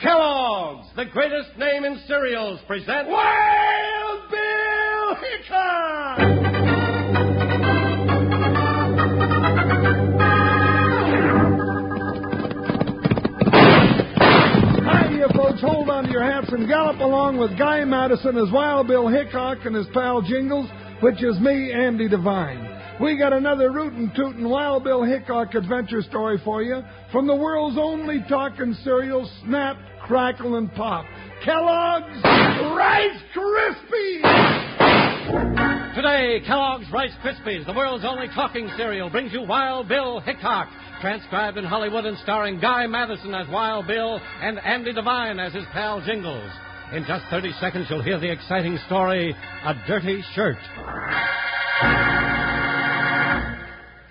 Kellogg's, the greatest name in cereals, present Wild Bill Hickok! Hi, you folks. Hold on to your hats and gallop along with Guy Madison as Wild Bill Hickok and his pal Jingles, which is me, Andy Devine. We got another rootin' tootin' Wild Bill Hickok adventure story for you from the world's only talking cereal, Snap, Crackle, and Pop. Kellogg's Rice Krispies! Today, Kellogg's Rice Krispies, the world's only talking cereal, brings you Wild Bill Hickok, transcribed in Hollywood and starring Guy Madison as Wild Bill and Andy Devine as his pal Jingles. In just 30 seconds, you'll hear the exciting story A Dirty Shirt.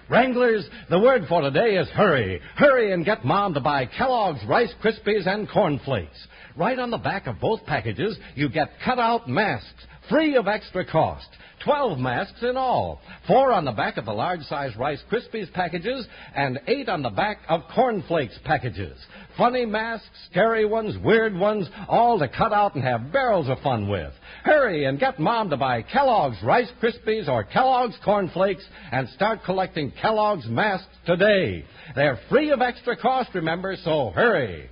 Wranglers, the word for today is hurry. Hurry and get Mom to buy Kellogg's Rice Krispies and Corn Flakes. Right on the back of both packages, you get cut-out masks, free of extra cost. Twelve masks in all. Four on the back of the large-size Rice Krispies packages and eight on the back of Corn Flakes packages. Funny masks, scary ones, weird ones, all to cut out and have barrels of fun with. Hurry and get Mom to buy Kellogg's Rice Krispies or Kellogg's Corn Flakes and start collecting Kellogg's masks today. They're free of extra cost, remember, so hurry.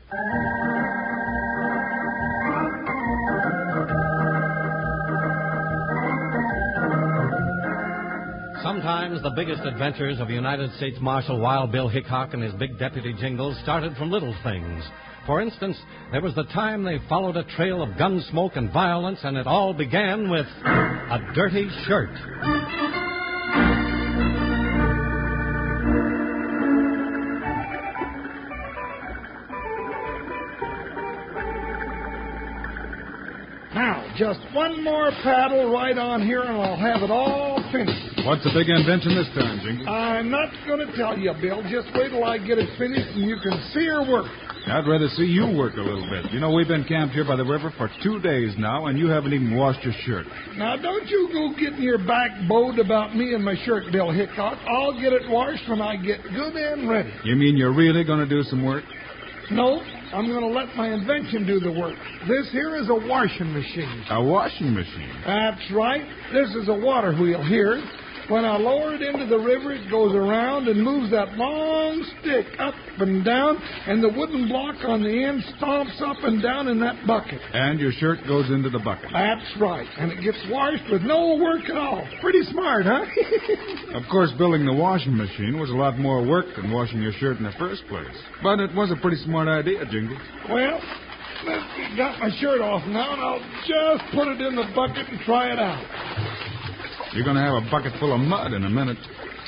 Sometimes the biggest adventures of United States Marshal Wild Bill Hickok and his big deputy Jingles started from little things. For instance, there was the time they followed a trail of gun smoke and violence, and it all began with a dirty shirt. Now, just one more paddle right on here and I'll have it all finished. What's the big invention this time, Jingles? I'm not going to tell you, Bill. Just wait till I get it finished and you can see her work. I'd rather see you work a little bit. You know, we've been camped here by the river for two days now, and you haven't even washed your shirt. Now, don't you go getting your back bowed about me and my shirt, Bill Hickok. I'll get it washed when I get good and ready. You mean you're really going to do some work? No, I'm going to let my invention do the work. This here is a washing machine. A washing machine. That's right. This is a water wheel here. When I lower it into the river, it goes around and moves that long stick up and down, and the wooden block on the end stomps up and down in that bucket. And your shirt goes into the bucket. That's right. And it gets washed with no work at all. Pretty smart, huh? Of course, building the washing machine was a lot more work than washing your shirt in the first place. But it was a pretty smart idea, Jingles. well, I've got my shirt off now, and I'll just put it in the bucket and try it out. You're going to have a bucket full of mud in a minute.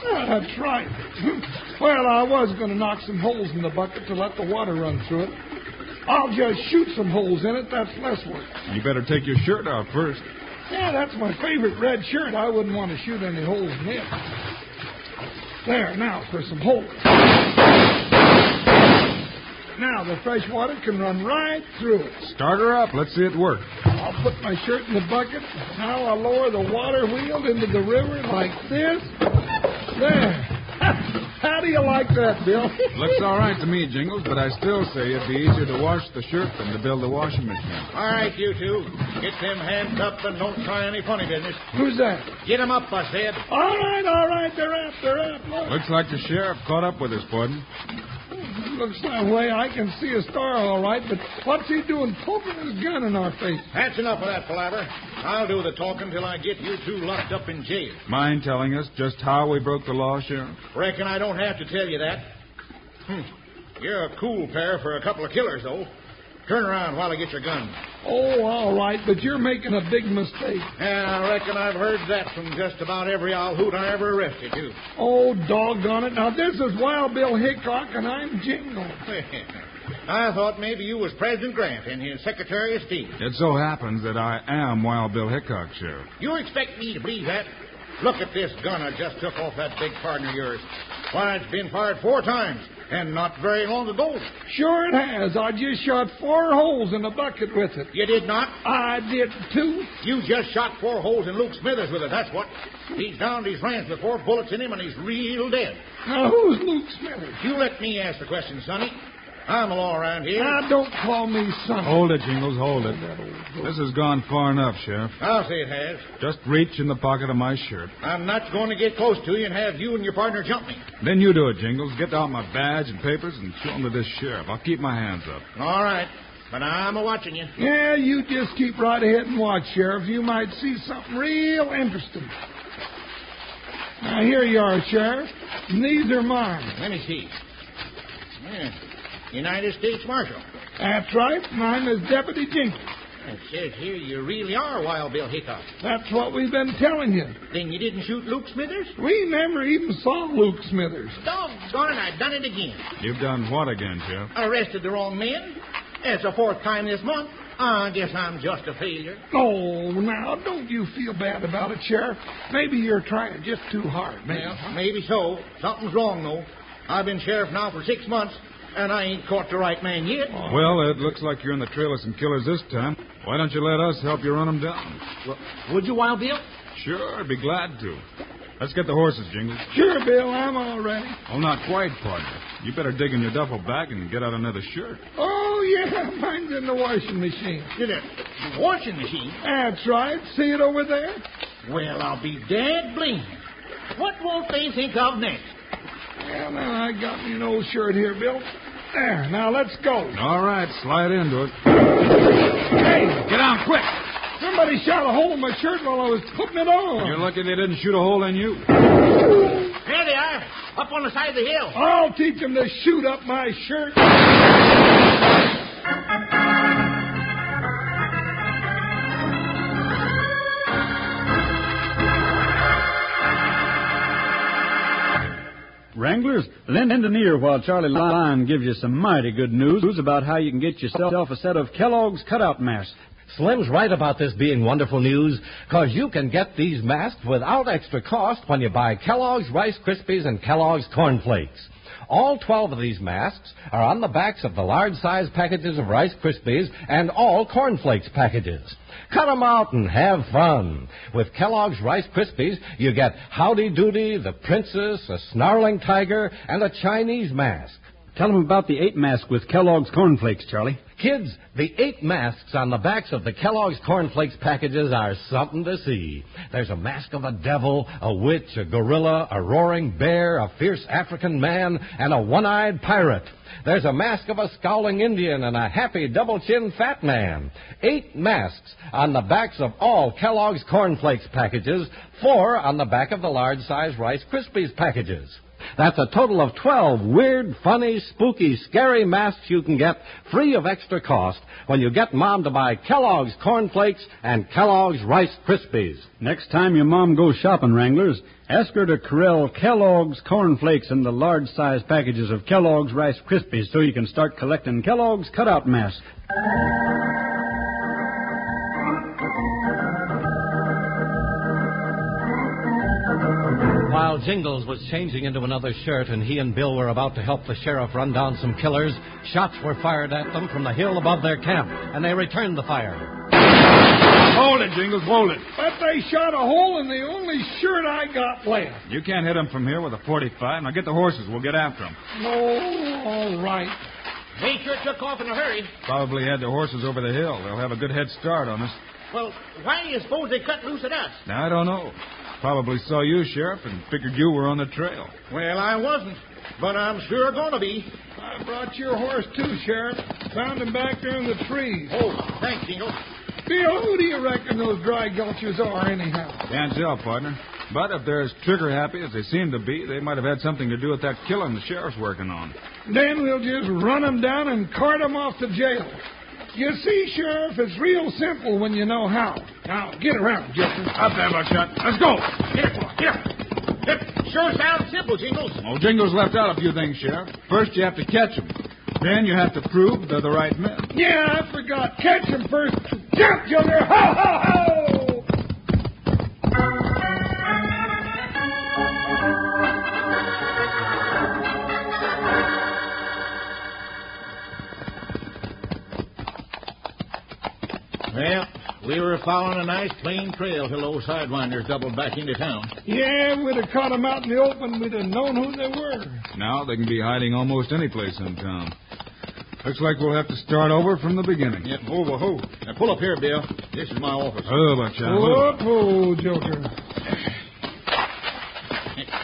Ah, that's right. well, I was going to knock some holes in the bucket to let the water run through it. I'll just shoot some holes in it. That's less work. You better take your shirt off first. Yeah, that's my favorite red shirt. I wouldn't want to shoot any holes in it. There, now for some holes. Now the fresh water can run right through it. Start her up. Let's see it work. I'll put my shirt in the bucket. Now I'll lower the water wheel into the river like this. There. How do you like that, Bill? Looks all right to me, Jingles, but I still say it'd be easier to wash the shirt than to build the washing machine. All right, you two. Get them hands up and don't try any funny business. Who's that? Get 'em up, I said. All right, all right, they're up, they're up. Look. Looks like the sheriff caught up with us, Borden. Looks that way. I can see a star all right, but what's he doing poking his gun in our face? That's enough of that palaver. I'll do the talking till I get you two locked up in jail. Mind telling us just how we broke the law, Sheriff? Reckon I don't have to tell you that. Hmm. You're a cool pair for a couple of killers, though. Turn around while I get your gun. Oh, all right, but you're making a big mistake. And I reckon I've heard that from just about every owl hoot I ever arrested, too. Oh, doggone it. Now, this is Wild Bill Hickok, and I'm Jingle. I thought maybe you was President Grant and his Secretary of State. It so happens that I am Wild Bill Hickok, Sheriff. You expect me to believe that? Look at this gun I just took off that big partner of yours. Why, it's been fired four times, and not very long ago. Sure it has. I just shot four holes in a bucket with it. You did not? I did too. You just shot four holes in Luke Smithers with it, that's what. He's downed his ranch with four bullets in him, and he's real dead. Now, who's Luke Smithers? You let me ask the question, Sonny. I'm the law around here. Now, don't call me son. Hold it, Jingles, hold it. This has gone far enough, Sheriff. I'll say it has. Just reach in the pocket of my shirt. I'm not going to get close to you and have you and your partner jump me. Then you do it, Jingles. Get out my badge and papers and show them to this sheriff. I'll keep my hands up. All right. But I'm a watching you. Yeah, you just keep right ahead and watch, Sheriff. You might see something real interesting. Now, here you are, Sheriff. And these are mine. Let me see. Yeah. United States Marshal. That's right. Mine is Deputy Jenkins. It says here you really are Wild Bill Hickok. That's what we've been telling you. Then you didn't shoot Luke Smithers? We never even saw Luke Smithers. Doggone it, I've done it again. You've done what again, Sheriff? Arrested the wrong man. That's the fourth time this month. I guess I'm just a failure. Oh, now, don't you feel bad about it, Sheriff. Maybe you're trying just too hard, man. Well, maybe so. Something's wrong, though. I've been sheriff now for six months, and I ain't caught the right man yet. Well, it looks like you're in the trail of some killers this time. Why don't you let us help you run them down? Would you, Wild Bill? Sure, I'd be glad to. Let's get the horses, Jingles. Sure, Bill, I'm all ready. Oh, not quite, partner. You better dig in your duffel bag and get out another shirt. Oh, yeah, mine's in the washing machine. Did it? The washing machine? That's right. See it over there? Well, I'll be dead blamed. What won't they think of next? Yeah, now I got me an old shirt here, Bill. There, now let's go. All right, slide into it. Hey, Get down quick! somebody shot a hole in my shirt while I was putting it on. You're lucky they didn't shoot a hole in you. There they are, up on the side of the hill. I'll teach them to shoot up my shirt. Wranglers, lend an ear while Charlie Lyon gives you some mighty good news about how you can get yourself a set of Kellogg's cutout masks. Slim's right about this being wonderful news, 'cause you can get these masks without extra cost when you buy Kellogg's Rice Krispies and Kellogg's Corn Flakes. All 12 of these masks are on the backs of the large size packages of Rice Krispies and all Corn Flakes packages. Cut 'em out and have fun. With Kellogg's Rice Krispies, you get Howdy Doody, the Princess, a Snarling Tiger, and a Chinese mask. Tell them about the ape mask with Kellogg's cornflakes, Charlie. Kids, the eight masks on the backs of the Kellogg's cornflakes packages are something to see. There's a mask of a devil, a witch, a gorilla, a roaring bear, a fierce African man, and a one-eyed pirate. There's a mask of a scowling Indian and a happy double-chin fat man. Eight masks on the backs of all Kellogg's cornflakes packages, four on the back of the large-size Rice Krispies packages. That's a total of 12 weird, funny, spooky, scary masks you can get free of extra cost when you get Mom to buy Kellogg's Corn Flakes and Kellogg's Rice Krispies. Next time your mom goes shopping, Wranglers, ask her to corral Kellogg's cornflakes in the large size packages of Kellogg's Rice Krispies so you can start collecting Kellogg's cutout masks. While Jingles was changing into another shirt and he and Bill were about to help the sheriff run down some killers, shots were fired at them from the hill above their camp, and they returned the fire. Hold it, Jingles, hold it. But they shot a hole in the only shirt I got left. You can't hit 'em from here with a 45. Now get the horses. We'll get after 'em. Oh, all right. They sure took off in a hurry. Probably had the horses over the hill. They'll have a good head start on us. Well, why do you suppose they cut loose at us? Now, I don't know. Probably saw you, Sheriff, and figured you were on the trail. Well, I wasn't, but I'm sure going to be. I brought your horse too, Sheriff. Found him back there in the trees. Oh, thanks, Jingle. Bill, who do you reckon those dry gulches are, anyhow? Can't tell, partner. But if they're as trigger happy as they seem to be, they might have had something to do with that killing the sheriff's working on. Then we'll just run 'em down and cart 'em off to jail. You see, Sheriff, it's real simple when you know how. Now, get around, Jeffrey. Up there, Buckshot. Let's go. Here, here. It sure sounds simple, Jingles. Well, Jingle's left out a few things, Sheriff. First, you have to catch them. Then you have to prove they're the right men. Yeah, I forgot. Catch 'em first. Jump, Junior. Ho, ho, ho! Well, we were following a nice clean trail till those sidewinders doubled back into town. Yeah, we'd have caught 'em out in the open. We'd have known who they were. Now they can be hiding almost any place in town. Looks like we'll have to start over from the beginning. Yeah, over who? Now pull up here, Bill. This is my office. Oh, Buckshot. Whoop, oh, Joker.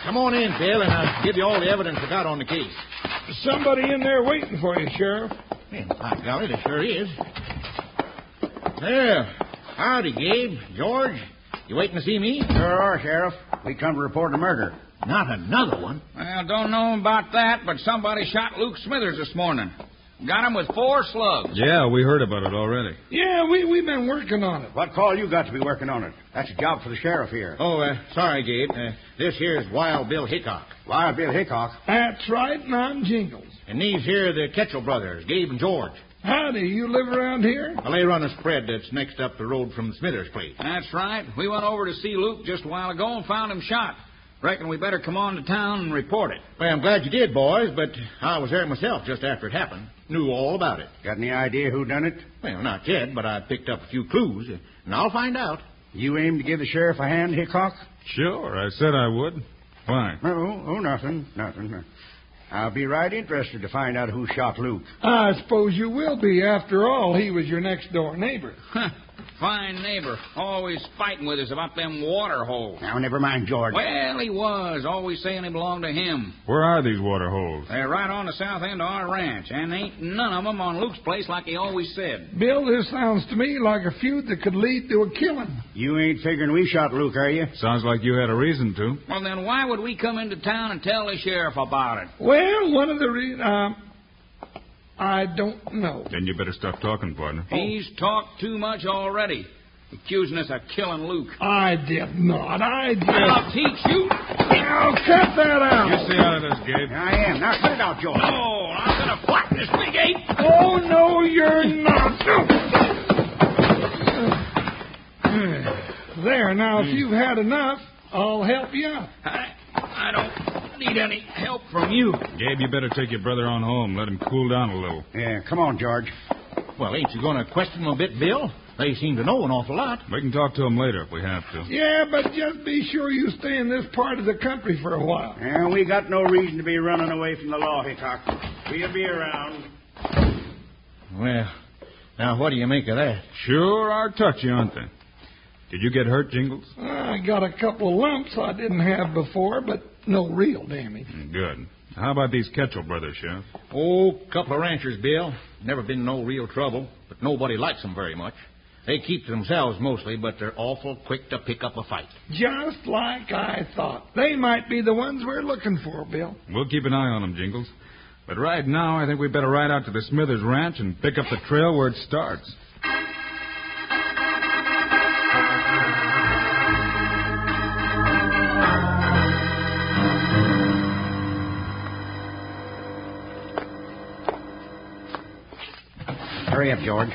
Come on in, Bill, and I'll give you all the evidence I got on the case. Somebody in there waiting for you, Sheriff. Yeah, by golly, there sure is. Well, howdy, Gabe. George, you waiting to see me? Sure are, Sheriff. We come to report a murder. Not another one. Well, don't know about that, but somebody shot Luke Smithers this morning. Got him with four slugs. Yeah, we heard about it already. Yeah, we, we've been working on it. What call you got to be working on it? That's a job for the sheriff here. Oh, uh, sorry, Gabe. Uh, this here's Wild Bill Hickok. Why, Bill Hickok. That's right, and I'm Jingles. And these here are the Ketchel brothers, Gabe and George. Howdy, you live around here? Well, they run a spread that's next up the road from Smithers' place. That's right. We went over to see Luke just a while ago and found him shot. Reckon we better come on to town and report it. Well, I'm glad you did, boys, but I was there myself just after it happened. Knew all about it. Got any idea who done it? Well, not yet, but I picked up a few clues, and I'll find out. You aim to give the sheriff a hand, Hickok? Sure, I said I would. Why? No, oh, nothing, nothing. I'll be right interested to find out who shot Luke. I suppose you will be. After all, he was your next door neighbor. Huh. Fine neighbor. Always fighting with us about them water holes. Now, never mind, George. Well, he was. Always saying they belonged to him. Where are these water holes? They're right on the south end of our ranch, and ain't none of 'em on Luke's place like he always said. Bill, this sounds to me like a feud that could lead to a killing. You ain't figuring we shot Luke, are you? Sounds like you had a reason to. Well, then why would we come into town and tell the sheriff about it? Well, one of the re- um, I don't know. Then you better stop talking, partner. Oh. He's talked too much already, accusing us of killing Luke. I did not. I I'll just. teach you. Oh, cut that You out. stay out of this, Gabe. I am. Now, cut it out, George. Oh, I'm going to flatten this big ape. Oh no, you're not. There. Now, Hmm. if you've had enough, I'll help you out. I, I don't need any help from you. Gabe, you better take your brother on home. Let him cool down a little. Yeah, come on, George. Well, ain't you going to question them a bit, Bill? They seem to know an awful lot. We can talk to him later if we have to. Yeah, but just be sure you stay in this part of the country for a while. Yeah, we got no reason to be running away from the law, Hickok. We'll be around. Well, now what do you make of that? Sure are touchy, aren't they? Did you get hurt, Jingles? I got a couple of lumps I didn't have before, but no real damage. Good. How about these Ketchel brothers, Sheriff? Oh, couple of ranchers, Bill. Never been no real trouble, but nobody likes them very much. They keep to themselves mostly, but they're awful quick to pick up a fight. Just like I thought. They might be the ones we're looking for, Bill. We'll keep an eye on them, Jingles. But right now, I think we better ride out to the Smithers Ranch and pick up the trail where it starts. Hurry up, George.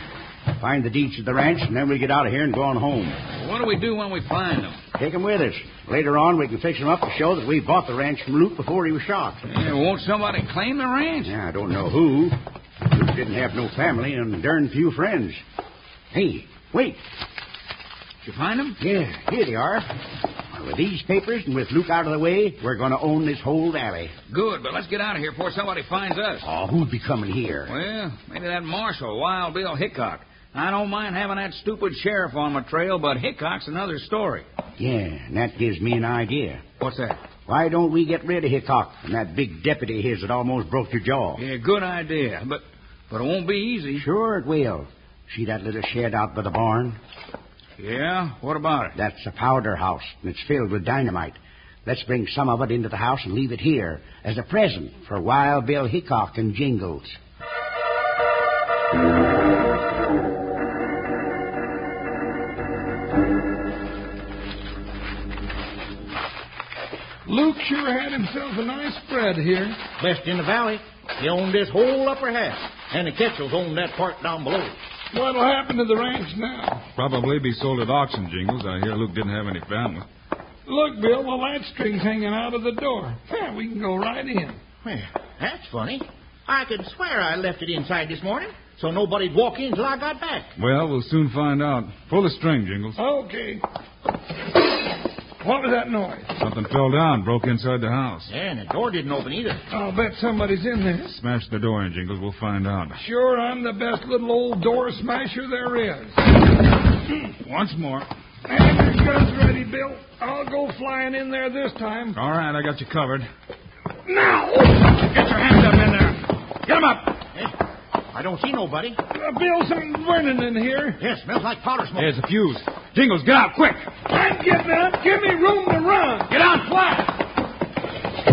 Find the deeds of the ranch, and then we get out of here and go on home. What do we do when we find them? Take 'em with us. Later on, we can fix 'em up to show that we bought the ranch from Luke before he was shot. Yeah, won't somebody claim the ranch? Yeah, I don't know who. Luke didn't have no family and darn few friends. Hey, wait. Did you find them? Yeah, here they are. Well, with these papers and with Luke out of the way, we're going to own this whole valley. Good, but let's get out of here before somebody finds us. Oh, who'd be coming here? Well, maybe that marshal, Wild Bill Hickok. I don't mind having that stupid sheriff on my trail, but Hickok's another story. Yeah, and that gives me an idea. What's that? Why don't we get rid of Hickok and that big deputy of his that almost broke your jaw? Yeah, good idea, but but it won't be easy. Sure it will. See that little shed out by the barn? Yeah? What about it? That's a powder house, and it's filled with dynamite. Let's bring some of it into the house and leave it here as a present for Wild Bill Hickok and Jingles. Luke sure had himself a nice spread here. Best in the valley. He owned this whole upper half, and the Ketchels owned that part down below. What'll happen to the ranch now? Probably be sold at auction, Jingles. I hear Luke didn't have any family. Look, Bill, the latch string's hanging out of the door. Yeah, we can go right in. Well, that's funny. I could swear I left it inside this morning, so nobody'd walk in till I got back. Well, we'll soon find out. Pull the string, Jingles. Oh. Okay. What was that noise? Something fell down, broke inside the house. Yeah, and the door didn't open either. I'll bet somebody's in there. Smash the door in, Jingles. We'll find out. Sure, I'm the best little old door smasher there is. Once more. And your gun's ready, Bill. I'll go flying in there this time. All right, I got you covered. Now! Get your hands up in there. Get 'em up. I don't see nobody. Uh, Bill, something's burning in here. Yeah, smells like powder smoke. There's a fuse. Jingles, get out quick. I'm getting up. Give me room to run. Get on flat.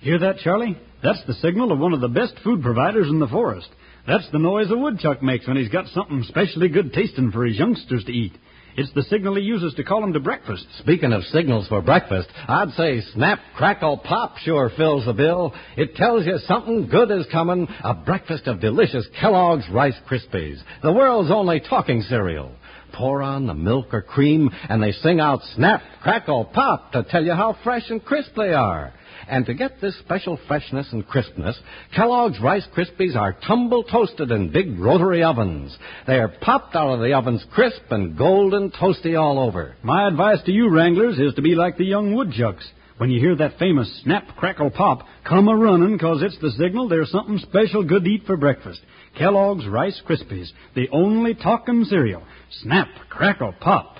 Hear that, Charlie? That's the signal of one of the best food providers in the forest. That's the noise a woodchuck makes when he's got something specially good tasting for his youngsters to eat. It's the signal he uses to call 'em to breakfast. Speaking of signals for breakfast, I'd say snap, crackle, pop sure fills the bill. It tells you something good is coming a breakfast of delicious Kellogg's Rice Krispies, the world's only talking cereal. Pour on the milk or cream, and they sing out snap, crackle, pop to tell you how fresh and crisp they are. And to get this special freshness and crispness, Kellogg's Rice Krispies are tumble toasted in big rotary ovens. They are popped out of the ovens crisp and golden toasty all over. My advice to you, Wranglers, is to be like the young woodchucks. When you hear that famous snap, crackle, pop, come a runnin', 'cause it's the signal there's something special good to eat for breakfast. Kellogg's Rice Krispies, the only talking cereal. Snap, crackle, pop.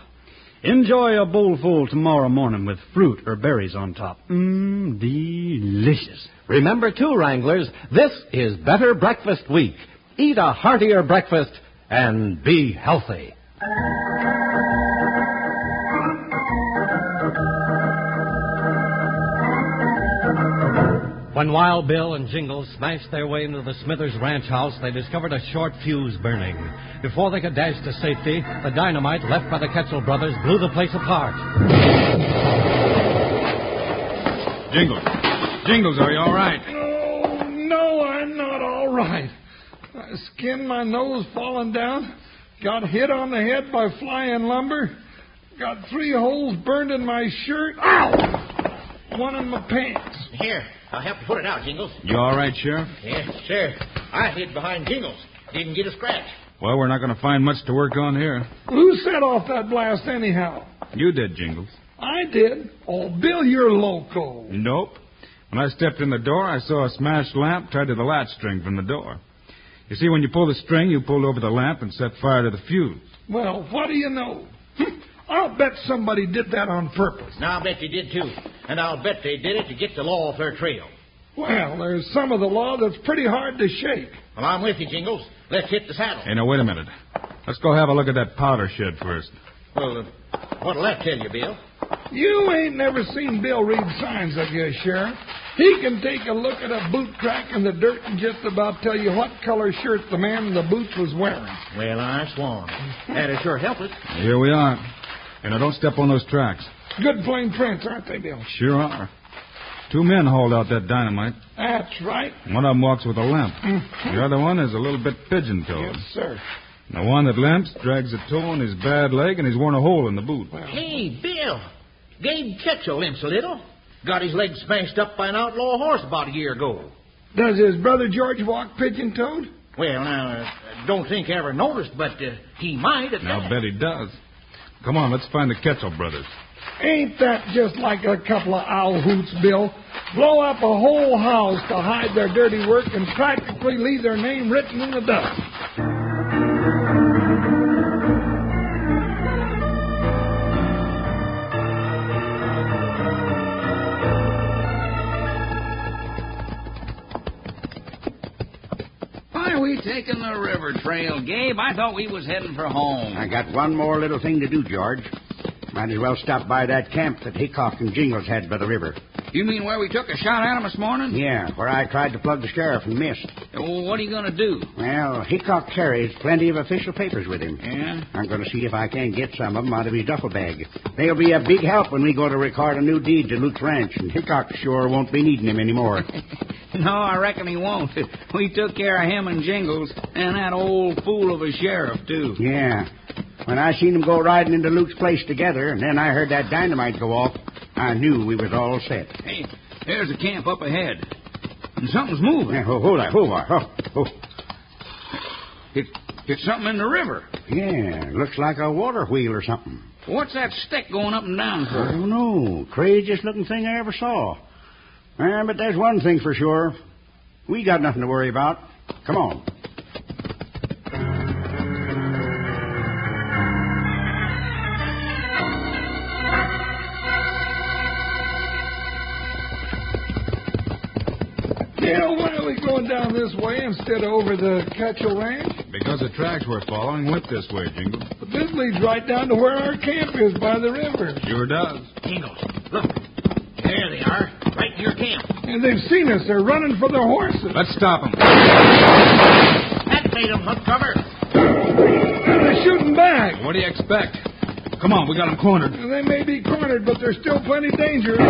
Enjoy a bowlful tomorrow morning with fruit or berries on top. Mmm, delicious. Remember, too, Wranglers, this is Better Breakfast Week. Eat a heartier breakfast and be healthy. When Wild Bill and Jingles smashed their way into the Smithers ranch house, they discovered a short fuse burning. Before they could dash to safety, the dynamite left by the Ketchel brothers blew the place apart. Jingles. Jingles, are you all right? Oh, no, I'm not all right. I skinned my nose falling down, got hit on the head by flying lumber, got three holes burned in my shirt. Ow! One in my pants. Here, I'll have to put it out, Jingles. You all right, Sheriff? Yeah, sure. I hid behind Jingles. Didn't get a scratch. Well, we're not going to find much to work on here. Who set off that blast anyhow? You did, Jingles. I did. Oh, Bill, you're loco. Nope. When I stepped in the door, I saw a smashed lamp tied to the latch string from the door. You see, when you pull the string, you pulled over the lamp and set fire to the fuse. Well, what do you know? Hmm, I'll bet somebody did that on purpose. Now, I bet you did too. And I'll bet they did it to get the law off their trail. Well, there's some of the law that's pretty hard to shake. Well, I'm with you, Jingles. Let's hit the saddle. Hey, now, wait a minute. Let's go have a look at that powder shed first. Well, uh, what'll that tell you, Bill? You ain't never seen Bill read signs, I guess, Sheriff. He can take a look at a boot crack in the dirt and just about tell you what color shirt the man in the boots was wearing. Well, I swan. That'd sure help us. Here we are. And now, don't step on those tracks. Good plain prints, aren't they, Bill? Sure are. Two men hauled out that dynamite. That's right. One of them walks with a limp. The other one is a little bit pigeon-toed. Yes, sir. The one that limps drags a toe on his bad leg, and he's worn a hole in the boot. Hey, Bill. Gabe Ketchel limps a little. Got his leg smashed up by an outlaw horse about a year ago. Does his brother George walk pigeon-toed? Well, now, uh, don't think I ever noticed, but uh, he might. at Now, that. bet he does. Come on, let's find the Ketchel brothers. Ain't that just like a couple of owl hoots, Bill? Blow up a whole house to hide their dirty work and practically leave their name written in the dust. Why are we taking the river trail, Gabe? I thought we was heading for home. I got one more little thing to do, George. Might as well stop by that camp that Hickok and Jingles had by the river. You mean where we took a shot at him this morning? Yeah, where I tried to plug the sheriff and missed. Well, what are you going to do? Well, Hickok carries plenty of official papers with him. Yeah? I'm going to see if I can get some of them out of his duffel bag. They'll be a big help when we go to record a new deed to Luke's ranch, and Hickok sure won't be needing him anymore. No, I reckon he won't. We took care of him and Jingles, and that old fool of a sheriff, too. yeah. When I seen 'em go riding into Luke's place together, and then I heard that dynamite go off, I knew we was all set. Hey, there's a camp up ahead. And something's moving. Yeah, ho- hold on, hold on. Oh, oh. It, it's something in the river. Yeah, looks like a water wheel or something. What's that stick going up and down I for? don't know. Craziest looking thing I ever saw. Eh, but there's one thing for sure. We got nothing to worry about. Come on. You know, why are we going down this way instead of over the Ketchel Ranch? Because the tracks we're following went this way, Jingle. But this leads right down to where our camp is by the river. Sure does. Jingles, look. There they are, right in your camp. And they've seen us. They're running for their horses. Let's stop them. That made them hook cover. And they're shooting back. What do you expect? Come on, we got them cornered. And they may be cornered, but there's still plenty dangerous.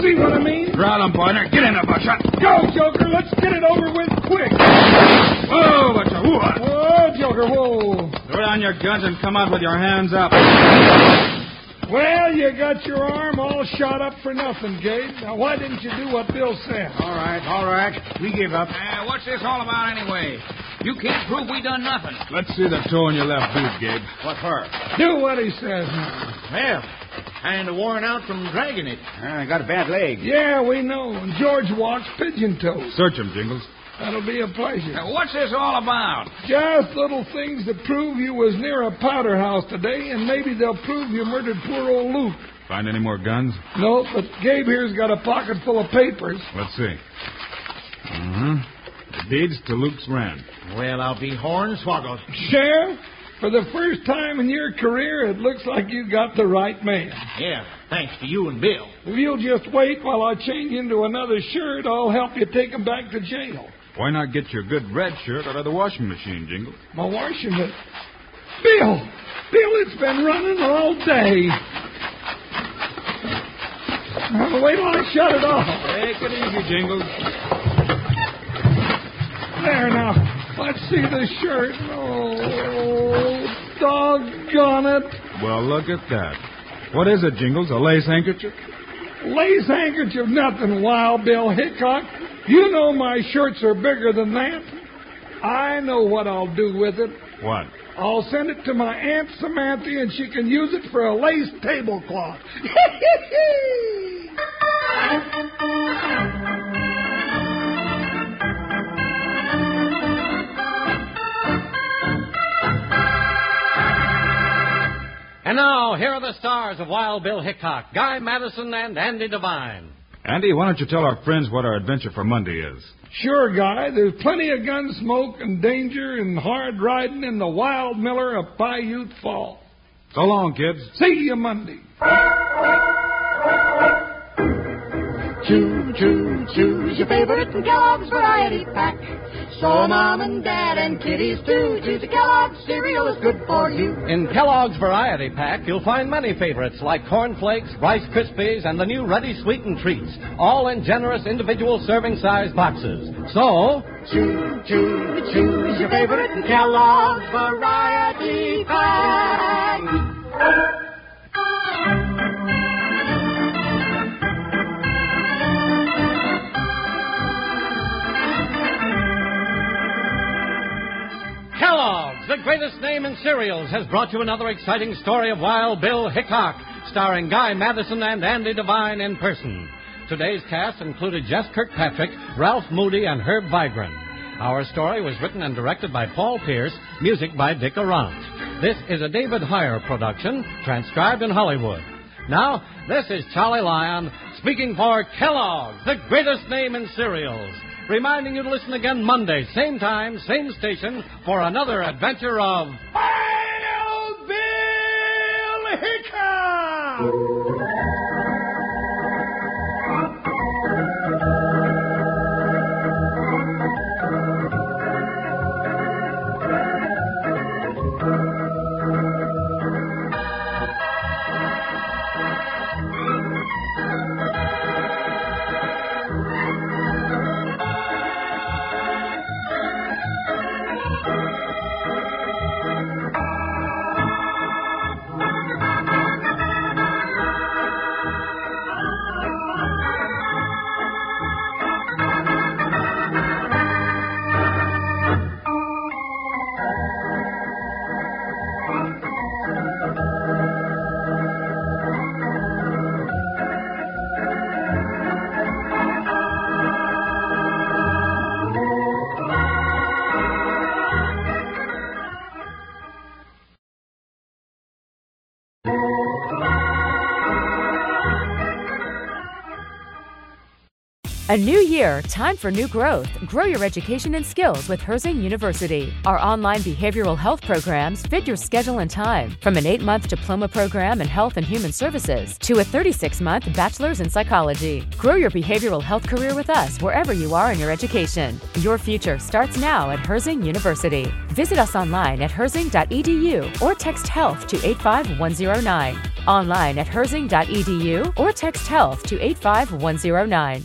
See what I mean? Rout 'em, partner. Get in there, Buckshot. Go, Joker. Let's get it over with quick. Whoa, Buckshot. Whoa. Whoa, Joker, whoa. Throw down your guns and come out with your hands up. Well, you got your arm all shot up for nothing, Gabe. Now, why didn't you do what Bill said? All right, all right. We give up. Ah, what's this all about anyway? You can't prove we done nothing. Let's see the toe on your left boot, Gabe. What for? Do what he says now. Well, kind of worn out from dragging it. Eh, I got a bad leg. Yeah, we know. And George walks pigeon toes. Search 'em, Jingles. That'll be a pleasure. Now, what's this all about? Just little things that prove you was near a powder house today, and maybe they'll prove you murdered poor old Luke. Find any more guns? No, but Gabe here's got a pocket full of papers. Let's see. Uh-huh. The deeds to Luke's Ranch. Well, I'll be horn swoggled. Sheriff, for the first time in your career, it looks like you got the right man. Yeah, thanks to you and Bill. If you'll just wait while I change into another shirt, I'll help you take him back to jail. Why not get your good red shirt out of the washing machine, Jingle? My Washington. Bill! Bill, it's been running all day. Now, wait till I shut it off. Take it easy, Jingles. There now. Let's see the shirt. Oh, doggone it. Well, look at that. What is it, Jingles? A lace handkerchief? Lace handkerchief, nothing, Wild Bill Hickok. You know my shirts are bigger than that. I know what I'll do with it. What? I'll send it to my Aunt Samantha, and she can use it for a lace tablecloth. And now, here are the stars of Wild Bill Hickok, Guy Madison, and Andy Devine. Andy, why don't you tell our friends what our adventure for Monday is? Sure, Guy, there's plenty of gun smoke and danger and hard riding in the wild miller of Paiute Fall. So long, kids. See you Monday. Choo, choo, choose your favorite from Kellogg's Variety Pack. So Mom and Dad and kiddies too, choose a Kellogg's cereal is good for you. In Kellogg's Variety Pack, you'll find many favorites like Corn Flakes, Rice Krispies, and the new Ready Sweetened Treats, all in generous individual serving size boxes. So, Choo, choo, choose your favorite from Kellogg's Variety Pack. Kellogg's, the greatest name in cereals has brought you another exciting story of Wild Bill Hickok, starring Guy Madison and Andy Devine in person. Today's cast included Jess Kirkpatrick, Ralph Moody, and Herb Vigran. Our story was written and directed by Paul Pierce, music by Dick Arant. This is a David Heyer production, transcribed in Hollywood. Now, this is Charlie Lyon speaking for Kellogg, the greatest name in cereals, reminding you to listen again Monday, same time, same station, for another adventure of. Wild Bill Hickok! A new year, time for new growth. Grow your education and skills with Herzing University. Our online behavioral health programs fit your schedule and time, from an eight month diploma program in health and human services to a 36 month bachelor's in psychology. Grow your behavioral health career with us wherever you are in your education. Your future starts now at Herzing University. Visit us online at herzing.edu or text health to 85109. Online at herzing.edu or text health to 85109.